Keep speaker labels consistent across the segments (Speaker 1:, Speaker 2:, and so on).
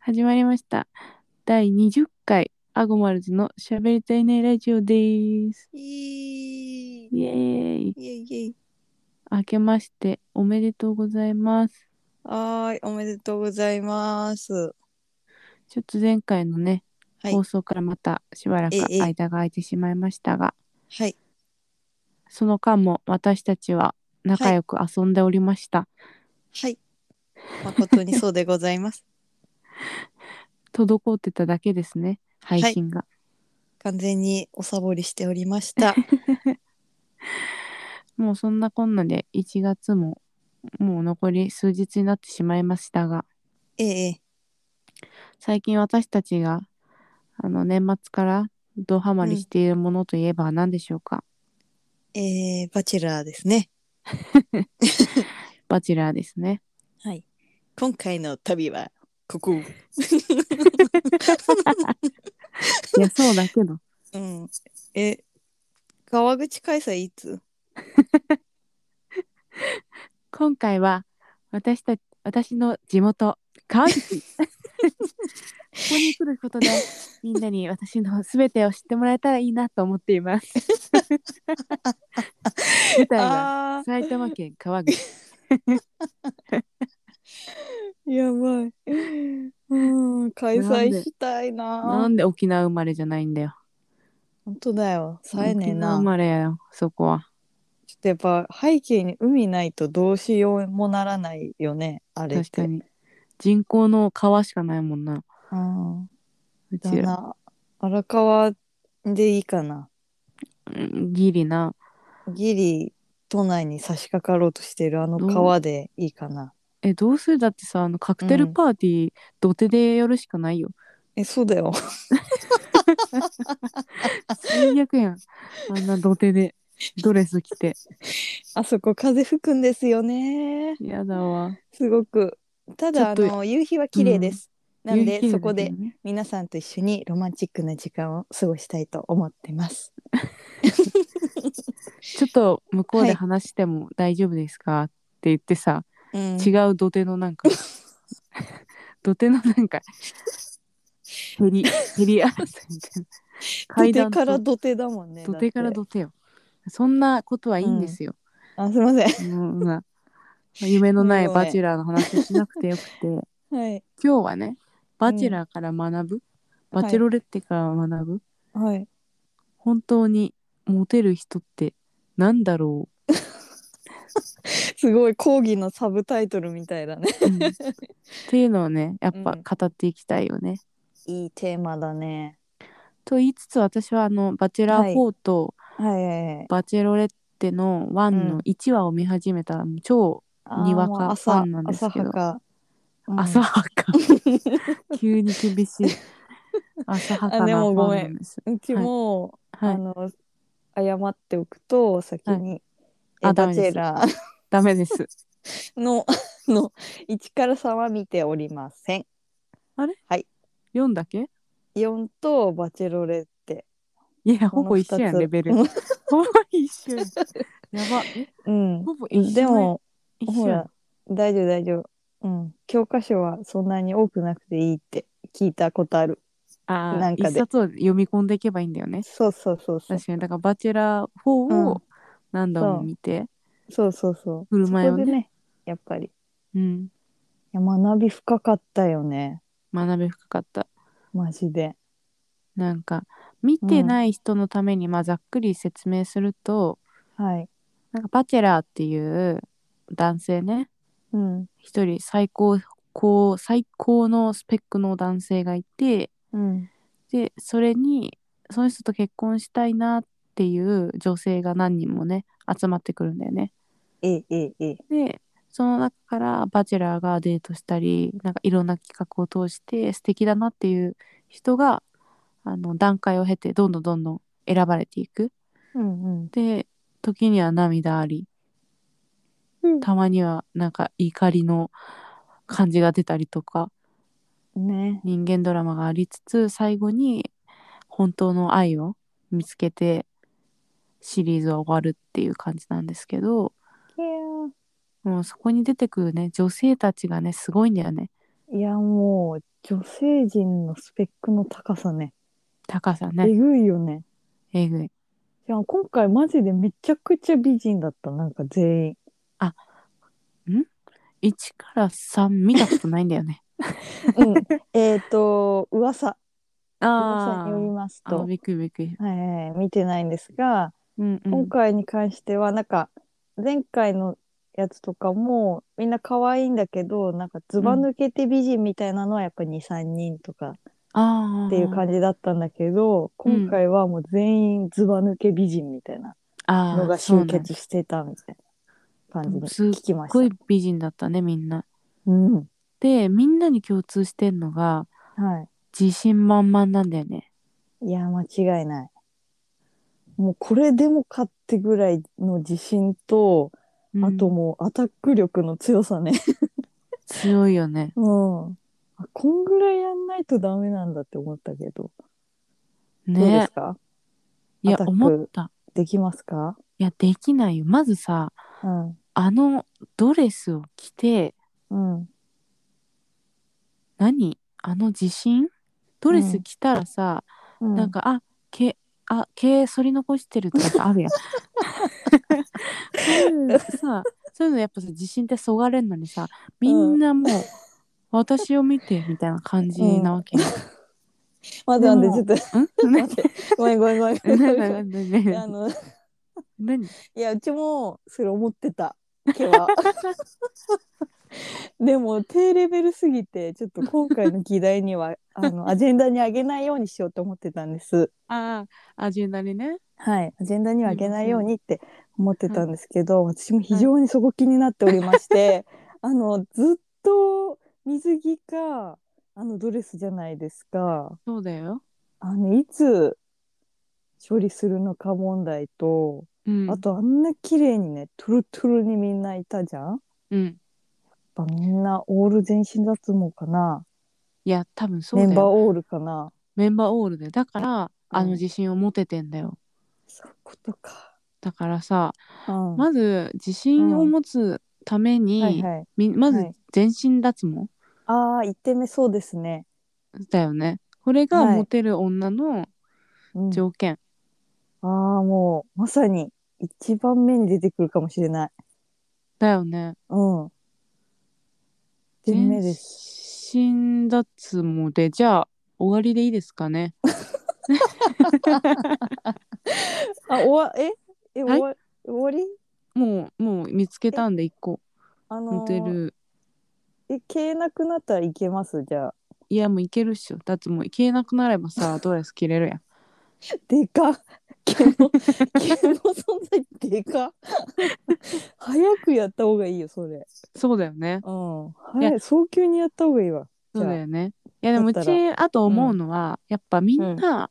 Speaker 1: 始まりました。第20回、アゴマルズの喋りたいねラジオです。
Speaker 2: イエーイ
Speaker 1: イエーイ。
Speaker 2: イエイイエイ
Speaker 1: 明けましておめでとうございます。
Speaker 2: はーい、おめでとうございます。
Speaker 1: ちょっと前回のね、
Speaker 2: はい
Speaker 1: 放送からまたしばらく
Speaker 2: ええ
Speaker 1: 間が空いてしまいましたが、
Speaker 2: はい、
Speaker 1: その間も私たちは仲良く遊んでおりました。
Speaker 2: はい。誠にそうでございます。
Speaker 1: 滞ってただけですね、配信が。
Speaker 2: 完全におサボりしておりま した。
Speaker 1: もうそんなこんなで1月ももう残り数日になってしまいましたが、
Speaker 2: ええ
Speaker 1: 最近私たちがあの年末からドハマりしているものといえば何でしょうか、
Speaker 2: ええバチェラーですね。
Speaker 1: バチェラーです ね。
Speaker 2: はい。今回の旅は、ここ。
Speaker 1: いやそうだけど
Speaker 2: うん。え、川口開催いつ
Speaker 1: 今回は私た私の地元川 口ここに来ることでみんなに私の全てを知ってもらえたらいいなと思ってい ます。舞台は
Speaker 2: ああ、
Speaker 1: 埼玉県川口
Speaker 2: やば い。うん、開催したいな
Speaker 1: なんで沖縄生まれじゃないんだよ。
Speaker 2: 本当だよ。さえね
Speaker 1: 沖
Speaker 2: え
Speaker 1: 縄
Speaker 2: な
Speaker 1: 生。まれやよそこは。
Speaker 2: ちょっとやっぱ背景に海ないとどうしようもならないよねあれって
Speaker 1: 確かに人工の川しかないもんな
Speaker 2: うん
Speaker 1: う
Speaker 2: だ
Speaker 1: ちら、
Speaker 2: な荒川でいいかな
Speaker 1: うんギリな
Speaker 2: ギリ都内に差し掛かろうとしてるあの川でいいかな
Speaker 1: えどうするだってさあのカクテルパーティー、土手でやるしかないよ
Speaker 2: えそうだよ
Speaker 1: 最悪 やんあんな土手でドレス着て
Speaker 2: あそこ風吹くんですよね
Speaker 1: やだわ
Speaker 2: すごくただあ
Speaker 1: ちょっと
Speaker 2: の夕日は綺麗です、なん
Speaker 1: 夕
Speaker 2: で
Speaker 1: 日
Speaker 2: そこ
Speaker 1: だ
Speaker 2: で
Speaker 1: けどね
Speaker 2: 皆さんと一緒にロマンチックな時間を過ごしたいと思ってます
Speaker 1: ちょっと向こう
Speaker 2: は
Speaker 1: で
Speaker 2: い
Speaker 1: 話しても大丈夫ですか、って言ってさ
Speaker 2: うん
Speaker 1: 違う土手のなん か土手のなんかヘリヘリ争いみたいな
Speaker 2: 土
Speaker 1: 階
Speaker 2: 手
Speaker 1: 段
Speaker 2: か
Speaker 1: と
Speaker 2: ら土手だもんね
Speaker 1: 土手から
Speaker 2: だっ
Speaker 1: 土
Speaker 2: て
Speaker 1: 手よそんなことはいいんですよ、
Speaker 2: あすいません
Speaker 1: もうな夢のない
Speaker 2: もうね
Speaker 1: バチェラーの話しなくてよく て
Speaker 2: はい
Speaker 1: 今日はねバチェラーから学ぶ、バチェロレッテから学ぶ、
Speaker 2: はい
Speaker 1: 本当にモテる人ってなんだろ
Speaker 2: すごい講義のサブタイトルみたいだね。
Speaker 1: う、うんっていうのをねやっ
Speaker 2: う
Speaker 1: ぱ
Speaker 2: ん
Speaker 1: 語っていきたいよね。
Speaker 2: いいテーマだね。
Speaker 1: と言いつつ私はあのバチェラー4と
Speaker 2: はいはいはい。
Speaker 1: バチェロレッテの1
Speaker 2: う
Speaker 1: の
Speaker 2: ん
Speaker 1: 1話を見始めた、超
Speaker 2: あー
Speaker 1: にわか
Speaker 2: もう
Speaker 1: ファ
Speaker 2: 朝
Speaker 1: ンなんですけど
Speaker 2: 朝はか。うん
Speaker 1: 浅は か、急に厳しい浅はかな
Speaker 2: あ
Speaker 1: フ
Speaker 2: でもごめん
Speaker 1: ァンなんです。
Speaker 2: うちも、
Speaker 1: はい
Speaker 2: あの謝っておくと先に、
Speaker 1: あダ
Speaker 2: えバ
Speaker 1: メ
Speaker 2: チ
Speaker 1: です
Speaker 2: ェラー
Speaker 1: ダメです。
Speaker 2: の あの一から三は見ておりません。
Speaker 1: 4だけ
Speaker 2: 四とバチェロレって。
Speaker 1: いや、
Speaker 2: こ
Speaker 1: ほ
Speaker 2: の
Speaker 1: ぼ一緒やん、
Speaker 2: 二つ
Speaker 1: レベル。
Speaker 2: う
Speaker 1: ほ
Speaker 2: ん
Speaker 1: ぼ一緒やん。やば。え
Speaker 2: うん
Speaker 1: ほぼ一緒ね
Speaker 2: でも
Speaker 1: 一
Speaker 2: ほ
Speaker 1: 緒やん
Speaker 2: ら。大丈夫大丈夫。うん教科書はそんなに多くなくていいって聞いたことある。
Speaker 1: あ
Speaker 2: な
Speaker 1: あ、
Speaker 2: ん
Speaker 1: 一
Speaker 2: かで
Speaker 1: 冊を読み込んでいけばいいんだよね。
Speaker 2: そうそうそうそう
Speaker 1: 確。かに。だから、バチェラー4
Speaker 2: うん
Speaker 1: を何度も見て、
Speaker 2: そうそうそう。
Speaker 1: 振る舞いをね
Speaker 2: そこでね、やっぱり。い
Speaker 1: うん。
Speaker 2: や学び深かったよね。
Speaker 1: 学び深かった。
Speaker 2: マジで。
Speaker 1: なんか、見てない人のために、まあ、ざっくり説明すると、
Speaker 2: はい。
Speaker 1: なんか、バチェラーっていう男性ね、
Speaker 2: うん。
Speaker 1: 一人最高、こう最高のスペックの男性がいて、
Speaker 2: うん。
Speaker 1: でそれにその人と結婚したいなっていう女性が何人もね集まってくるんだよね。
Speaker 2: ええええええ。
Speaker 1: でその中からバチェラーがデートしたりなんかいろんな企画を通して素敵だなっていう人があの段階を経てどんどんどんどん選ばれていく。
Speaker 2: うんうん。
Speaker 1: で時には涙あり
Speaker 2: うん
Speaker 1: たまにはなんか怒りの感じが出たりとか
Speaker 2: ね。
Speaker 1: 人間ドラマがありつつ最後に本当の愛を見つけてシリーズは終わるっていう感じなんですけどもうそこに出てくるね女性たちがねすごいんだよね
Speaker 2: いやもう女性陣のスペックの高さね。
Speaker 1: 高さ
Speaker 2: え
Speaker 1: ね
Speaker 2: ぐいよね。
Speaker 1: えぐい
Speaker 2: じゃあ今回マジでめちゃくちゃ美人だった。なんか全員。
Speaker 1: 1から3見たことないんだよ ね
Speaker 2: うん、えっと、噂。噂
Speaker 1: あ
Speaker 2: によります
Speaker 1: あ
Speaker 2: と。
Speaker 1: びっくりびっくり
Speaker 2: はいはいはい見てないんですが、
Speaker 1: うんうん
Speaker 2: 今回に関してはなんか前回のやつとかもみんな可愛いんだけどなんかずば抜けて美人みたいなのはやっぱ23人とか
Speaker 1: ああ
Speaker 2: っていう感じだったんだけど、
Speaker 1: うん
Speaker 2: 今回はもう全員ずば抜け美人みたいな
Speaker 1: あ
Speaker 2: の
Speaker 1: あ
Speaker 2: が
Speaker 1: そう
Speaker 2: 集
Speaker 1: なんだす
Speaker 2: 結してたみたいな感じで
Speaker 1: そうなん
Speaker 2: 聞
Speaker 1: だ
Speaker 2: きまし
Speaker 1: ごい
Speaker 2: た。
Speaker 1: 美人だったねみんな
Speaker 2: うんは
Speaker 1: でみんなに共通してんのが自信満々なんだよね
Speaker 2: い、いや間違いない。もうこれでもかってぐらいの自信と、
Speaker 1: うん
Speaker 2: あともうアタック力の強さね。
Speaker 1: 強いよね
Speaker 2: うん。あこんぐらいやんないとダメなんだって思ったけど。どうで
Speaker 1: ね
Speaker 2: すか
Speaker 1: いや
Speaker 2: アタック
Speaker 1: 思った
Speaker 2: できますか
Speaker 1: いやできないよまずさ
Speaker 2: うん。
Speaker 1: あのドレスを着て
Speaker 2: うん。
Speaker 1: 何あの自信ドレス着たらさ、
Speaker 2: うん
Speaker 1: なん、 かあ毛あ毛剃り残してるとかさあるやんそういうさそういうのやっぱさ自信ってそがれんのにさみんなもう、私を見てみたいな感じなわけよ、
Speaker 2: 待って待って、ちょっ
Speaker 1: うん、
Speaker 2: と待って。ごめんごめんごめんごめんごめん。 いやあ
Speaker 1: 何
Speaker 2: の、い
Speaker 1: 何
Speaker 2: や、うちもそれ思ってた。毛は。 でも、低レベルすぎて、ちょっと今回の議題には、あの、アジェンダにあげないようにしようと思ってたんです。
Speaker 1: ああアジェンダにね
Speaker 2: はい、アジェンダにはあげないようにって思ってたんですけど、私も非常にそこ気になっておりまして、 あのずっと水着かあのドレスじゃないですか
Speaker 1: そうだよ、
Speaker 2: あのいつ処理するのか問題と、
Speaker 1: うん、
Speaker 2: あとあんな綺麗にねトゥルトゥルにみんないたじゃんやっ
Speaker 1: うん
Speaker 2: ぱみんなオール全身脱毛かない
Speaker 1: や多分そうだ
Speaker 2: メ
Speaker 1: よ
Speaker 2: ンバーオールかな
Speaker 1: メンバーオールでだからあの自信を持ててんだよ、
Speaker 2: そういうことか。
Speaker 1: だからさ
Speaker 2: うん
Speaker 1: まず自信を持つために、
Speaker 2: はいはい、
Speaker 1: みま
Speaker 2: は
Speaker 1: ず
Speaker 2: い
Speaker 1: 全身脱毛
Speaker 2: ああ1点目そうですね。
Speaker 1: だよね、これが
Speaker 2: はい
Speaker 1: モテる女の
Speaker 2: うん
Speaker 1: 条件、
Speaker 2: ああ、もう、まさに、一番目に出てくるかもしれない。
Speaker 1: だよね
Speaker 2: うん。一点目です。
Speaker 1: 全身脱毛でじゃあ終わりでいいですかね
Speaker 2: あ、終わ、ええ、
Speaker 1: はい
Speaker 2: 終わ、終わり
Speaker 1: もうもう見つけたんで一個
Speaker 2: あのー
Speaker 1: モテる
Speaker 2: え、消えなくなったらいけますじゃあ。
Speaker 1: いやもういけるっしょだってもう消えなくなればさドレス着れるやん
Speaker 2: でか っ毛の、毛の存在でかっ 早くやった方がいいよ、それ。
Speaker 1: そうだよね
Speaker 2: うん。
Speaker 1: い
Speaker 2: 早
Speaker 1: や
Speaker 2: い、早急にやった方がいいわ。
Speaker 1: そうだ
Speaker 2: じゃ
Speaker 1: よねいやでもう
Speaker 2: だっ
Speaker 1: ち
Speaker 2: たら
Speaker 1: あと思うのは、やっぱみんな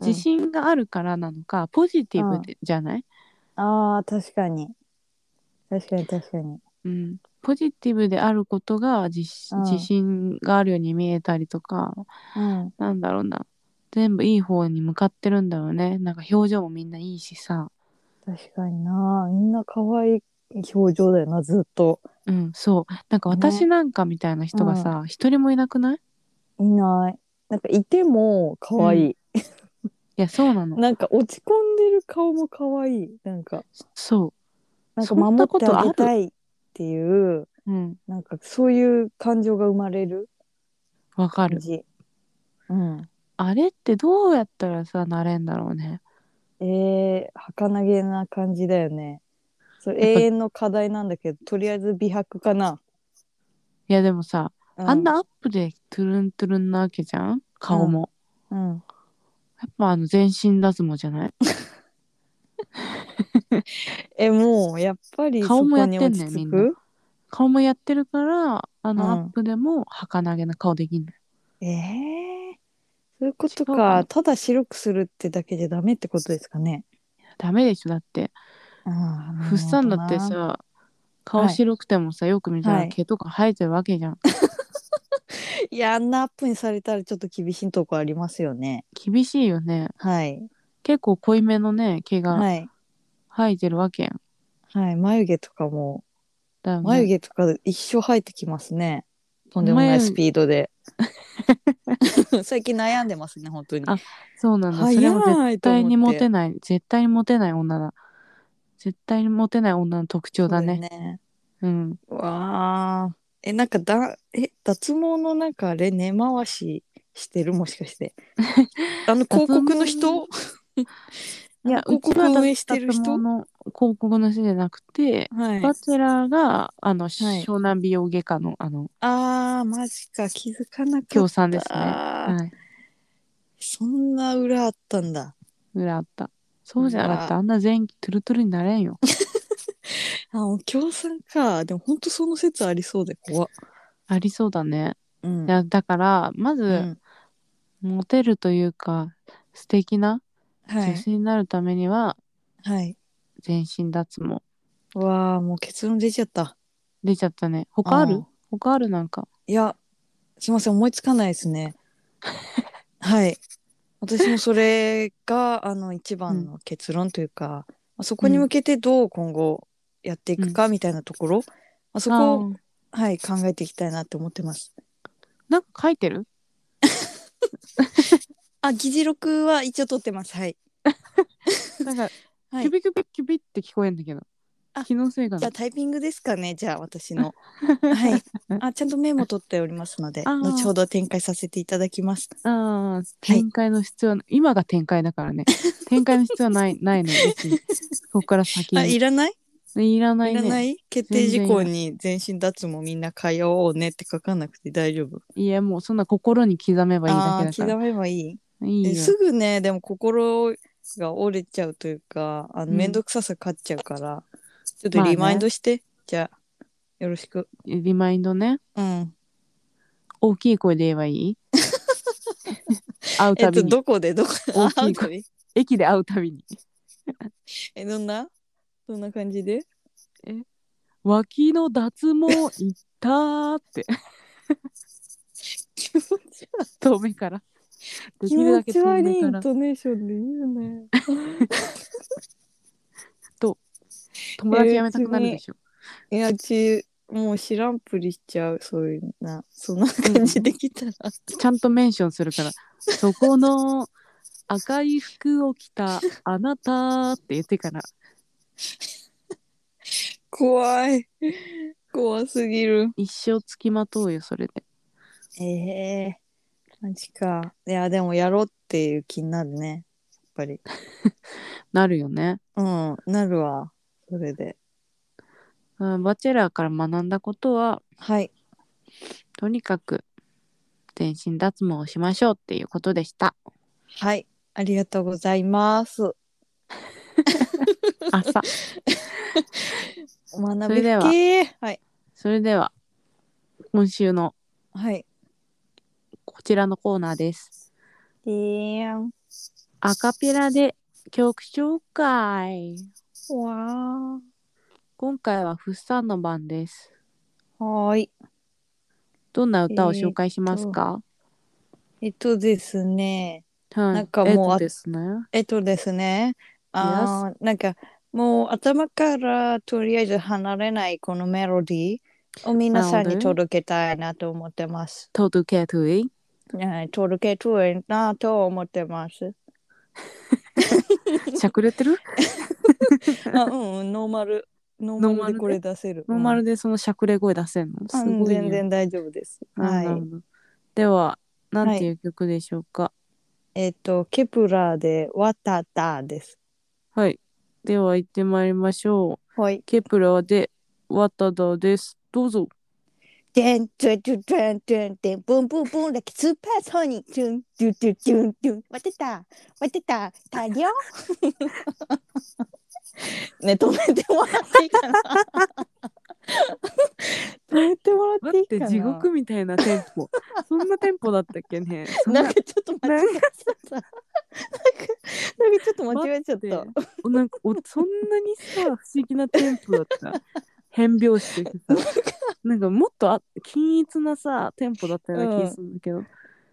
Speaker 2: うん
Speaker 1: 自信があるからなのか、ポジティブでじゃない、
Speaker 2: あ。ああ、確かに。確かに、確かに。
Speaker 1: うん、ポジティブであることが自,、
Speaker 2: うん
Speaker 1: 自信があるように見えたりとか
Speaker 2: うん。
Speaker 1: なんだろうな全部いい方に向かってるんだよねなんか表情もみんないいしさ
Speaker 2: 確かにな。みんな可愛い表情だよな、ずっと。
Speaker 1: うんそうなんか私なんかみたいな人がさ一、人もいなくない
Speaker 2: いない。なんかいても可愛い、
Speaker 1: いやそうなの
Speaker 2: なんか落ち込んでる顔も可愛い。なんか、
Speaker 1: そ
Speaker 2: なんか
Speaker 1: そんな
Speaker 2: 守っ
Speaker 1: こ
Speaker 2: て
Speaker 1: と
Speaker 2: あ
Speaker 1: ある
Speaker 2: げたいっていう、
Speaker 1: ううん
Speaker 2: なんかそういう感情が生まれる
Speaker 1: わか
Speaker 2: 感
Speaker 1: る
Speaker 2: じ。うん。
Speaker 1: あれってどうやったらさなれんだろうね
Speaker 2: えー、儚げな感じだよね。それ
Speaker 1: やっぱ
Speaker 2: 永遠の課題なんだけど、とりあえず美白かな。
Speaker 1: いやでもさ、
Speaker 2: う
Speaker 1: あんなアップでトゥルントゥルンなわけじゃん顔も、
Speaker 2: うん。
Speaker 1: やっぱあの全身脱毛じゃない
Speaker 2: え、もう、やっぱり
Speaker 1: 顔もやってんねん
Speaker 2: そこに落ち着
Speaker 1: みん
Speaker 2: く
Speaker 1: 顔もやってるからあ
Speaker 2: うん
Speaker 1: のアップでも儚げな顔できんのよ、
Speaker 2: えー、そういうこ
Speaker 1: 違
Speaker 2: と
Speaker 1: うか
Speaker 2: か。
Speaker 1: な
Speaker 2: ただ白くするってだけじゃダメってことですかね。
Speaker 1: ダメでしょだって
Speaker 2: ああ
Speaker 1: ふっさんだって、
Speaker 2: なる
Speaker 1: さ
Speaker 2: は
Speaker 1: 顔
Speaker 2: い
Speaker 1: 白くてもさ、よく見た
Speaker 2: は
Speaker 1: ら
Speaker 2: い
Speaker 1: 毛とか生えてるわけじゃん、
Speaker 2: ほどないや、あんなアップにされたらちょっと厳しいとこありますよね。
Speaker 1: 厳しいよね
Speaker 2: はい。
Speaker 1: 結構濃いめのね毛が
Speaker 2: はい。
Speaker 1: 生えてるわけやん
Speaker 2: はい。眉毛とかも、
Speaker 1: だよね
Speaker 2: 眉毛とか一生生えてきますね。とんでもない
Speaker 1: 眉
Speaker 2: スピードで。 最近悩んでますね本当に
Speaker 1: あそうなんだ。そ
Speaker 2: 早い
Speaker 1: れも絶対に
Speaker 2: と思
Speaker 1: モ
Speaker 2: って
Speaker 1: テない。絶対にモテない女だ。絶対にモテない女の特徴だね。
Speaker 2: そうよね
Speaker 1: うん。
Speaker 2: わあえなんかだえ脱毛のなんかあれ根回ししてるもしかして あの広告の人
Speaker 1: いや、うち
Speaker 2: 広告
Speaker 1: は
Speaker 2: 運営してる人
Speaker 1: 脱毛の広告の人じゃなくて、
Speaker 2: はい
Speaker 1: バチェラーが、あの、湘南美容外科の、あの、
Speaker 2: あーマジか気づかなか
Speaker 1: 協
Speaker 2: っ
Speaker 1: 賛ですね。
Speaker 2: た、
Speaker 1: はい。
Speaker 2: そんな裏あったんだ
Speaker 1: 裏あった。そうじゃなかっ
Speaker 2: う
Speaker 1: た。
Speaker 2: わ
Speaker 1: あんな前期トゥルトゥルになれん よ。
Speaker 2: あお協賛かでも本当その説ありそうで怖っ
Speaker 1: ありそうだね。
Speaker 2: うん
Speaker 1: いやだから、まず、
Speaker 2: うん
Speaker 1: モテるというか、素敵な
Speaker 2: は
Speaker 1: 女
Speaker 2: い
Speaker 1: 性になるためには、
Speaker 2: はい
Speaker 1: 全身脱毛。
Speaker 2: わあもう結論出ちゃった
Speaker 1: 出ちゃったね。他あ
Speaker 2: う
Speaker 1: る
Speaker 2: ん
Speaker 1: 他あるなんか。
Speaker 2: いやすいません思いつかないです ねはい私もそれがあの一番の結論というか、まあそこに向けてどう今後やっていくかみたいなところ、まあ、そこを
Speaker 1: あー
Speaker 2: はい考えていきたいなって思ってます
Speaker 1: なんか書い てる
Speaker 2: あ議事録は一応取ってますはい
Speaker 1: なんか、
Speaker 2: はい
Speaker 1: キュビキュビキュビって聞こえんだけど。
Speaker 2: あ
Speaker 1: 気のせいか
Speaker 2: じゃ
Speaker 1: な
Speaker 2: あ。タイピングですかねじゃあ 私のはいあちゃんとメモ取っておりますので
Speaker 1: あー
Speaker 2: 後ほど展開させていただきます
Speaker 1: あー展開の必要な、今が展開だから ね。展開の必要はない、ないの、別に。ここから先
Speaker 2: あい
Speaker 1: に。
Speaker 2: らない
Speaker 1: いらない
Speaker 2: いらな
Speaker 1: ね。
Speaker 2: い決定事項に全身脱毛みんな通おうねって書かなくて大丈夫。
Speaker 1: いや、もうそんな心に刻めばいいだ
Speaker 2: あ
Speaker 1: け
Speaker 2: あ
Speaker 1: だか
Speaker 2: ー
Speaker 1: ら
Speaker 2: 刻。めばい
Speaker 1: い
Speaker 2: いえ
Speaker 1: いよ。
Speaker 2: すぐねでも心が折れちゃうというかあの
Speaker 1: うん
Speaker 2: 面倒くささ勝っちゃうから、ちょっ
Speaker 1: ま
Speaker 2: と
Speaker 1: あね
Speaker 2: リマインドして、じゃあよろしく。
Speaker 1: リマインドね。
Speaker 2: うん、
Speaker 1: 大きい声で言えばい い会う
Speaker 2: えった
Speaker 1: び
Speaker 2: と
Speaker 1: に。
Speaker 2: どこでどこ
Speaker 1: 大
Speaker 2: で
Speaker 1: きい
Speaker 2: あ会うたび
Speaker 1: 駅で会うたびに。
Speaker 2: えどんなどんな感じで
Speaker 1: 脇の脱毛いったーって。
Speaker 2: 気持ち悪
Speaker 1: 遠目から。で
Speaker 2: い
Speaker 1: き
Speaker 2: 気
Speaker 1: るだ
Speaker 2: 持
Speaker 1: け
Speaker 2: ち
Speaker 1: 遠
Speaker 2: 悪い
Speaker 1: 目
Speaker 2: イ
Speaker 1: か
Speaker 2: ン
Speaker 1: ら
Speaker 2: トネーションで言うね。
Speaker 1: 友達辞めたくなるでしょ。
Speaker 2: いやうちもう知らんぷりしちゃうそういうなそんな感じできたら。
Speaker 1: ちゃんとメンションする から、そこの赤い服を着たあなたって言ってから、
Speaker 2: 怖い怖すぎる
Speaker 1: 一生つきまとうよ、それで。
Speaker 2: ええマジかいやでもやろうっていう気になるねやっぱり
Speaker 1: なるよね。
Speaker 2: うんなるわそれで
Speaker 1: うんバチェラーから学んだことは、
Speaker 2: はい
Speaker 1: とにかく全身脱毛をしましょうっていうことでした。
Speaker 2: はいありがとうございます
Speaker 1: 朝。
Speaker 2: 学
Speaker 1: そ
Speaker 2: び
Speaker 1: れ
Speaker 2: っ
Speaker 1: では
Speaker 2: けーはい
Speaker 1: それでは、今週の
Speaker 2: はい
Speaker 1: こちらのコーナーです。
Speaker 2: でーん
Speaker 1: アカペラで曲紹介。
Speaker 2: わ
Speaker 1: 今回はフッサンの番です。
Speaker 2: ーはーい
Speaker 1: どんな歌を紹介しますか、
Speaker 2: えっとですね
Speaker 1: はい。
Speaker 2: なんかもう
Speaker 1: えっと
Speaker 2: あ
Speaker 1: ですね。
Speaker 2: えっとですねあーなんかもう頭からとりあえず離れないこのメロディーを皆さ
Speaker 1: な
Speaker 2: ん
Speaker 1: る
Speaker 2: に
Speaker 1: ほど
Speaker 2: 届けたいなと思ってます
Speaker 1: 届けとい。
Speaker 2: はい、届けといなと思って ます。
Speaker 1: しゃくれてる
Speaker 2: あ、うんうん、ノーマル。ノーマルでこれ出せる。
Speaker 1: ノーマ
Speaker 2: う
Speaker 1: ル
Speaker 2: ん
Speaker 1: でそのしゃくれ声出せんのす
Speaker 2: あうん
Speaker 1: ごい、ね
Speaker 2: 全然大丈夫です。
Speaker 1: な
Speaker 2: は
Speaker 1: るほ
Speaker 2: い。
Speaker 1: どでは、なんていう曲でしょうか
Speaker 2: えっ、と、ケプラーで、わたたです。
Speaker 1: はい。では、行ってまいりましょう。
Speaker 2: はい。
Speaker 1: ケプラーで、ワタダです。どうぞ。
Speaker 2: てん、てん、てん、てん、てん、てん、ブンブンブン、だけスーパーソニック、トゥン、トゥン、トゥン、トゥン、トゥン、わてた、わてた、たりょ。 ね、止めてもらっていいかな。止めてもらっ
Speaker 1: 待
Speaker 2: て
Speaker 1: っ
Speaker 2: いい
Speaker 1: て、
Speaker 2: かな。
Speaker 1: 地獄みたいなテンポ。そんなテンポだったっけね。そん
Speaker 2: な
Speaker 1: なん
Speaker 2: かちょっと間違えちゃった。なんか、なんかちょっと間違えちゃっ
Speaker 1: 待
Speaker 2: た。
Speaker 1: おなんかおそんなにさ不思議なテンポだった変拍子というかさなんかもっとあ均一なさテンポだったような気がするんだけど、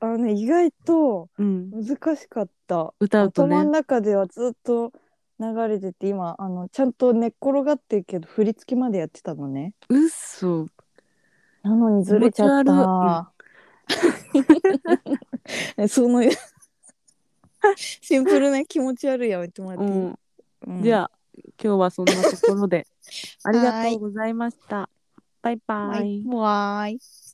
Speaker 2: あのね、意外と
Speaker 1: うん
Speaker 2: 難しかった。
Speaker 1: 歌うと
Speaker 2: 頭の
Speaker 1: ね
Speaker 2: 中ではずっと流れてて、今、あの、ちゃんと寝っ転がってるけど、振り付きまでやってたのね。
Speaker 1: うっそ
Speaker 2: なのにずれちゃっ
Speaker 1: 気持ち悪い
Speaker 2: た。 そのシンプルな気持ち悪いやめてもらっていい、
Speaker 1: うん、
Speaker 2: うん
Speaker 1: じゃあ今日はそんな ところでありがとうございましたバイバイ
Speaker 2: はい。わーい。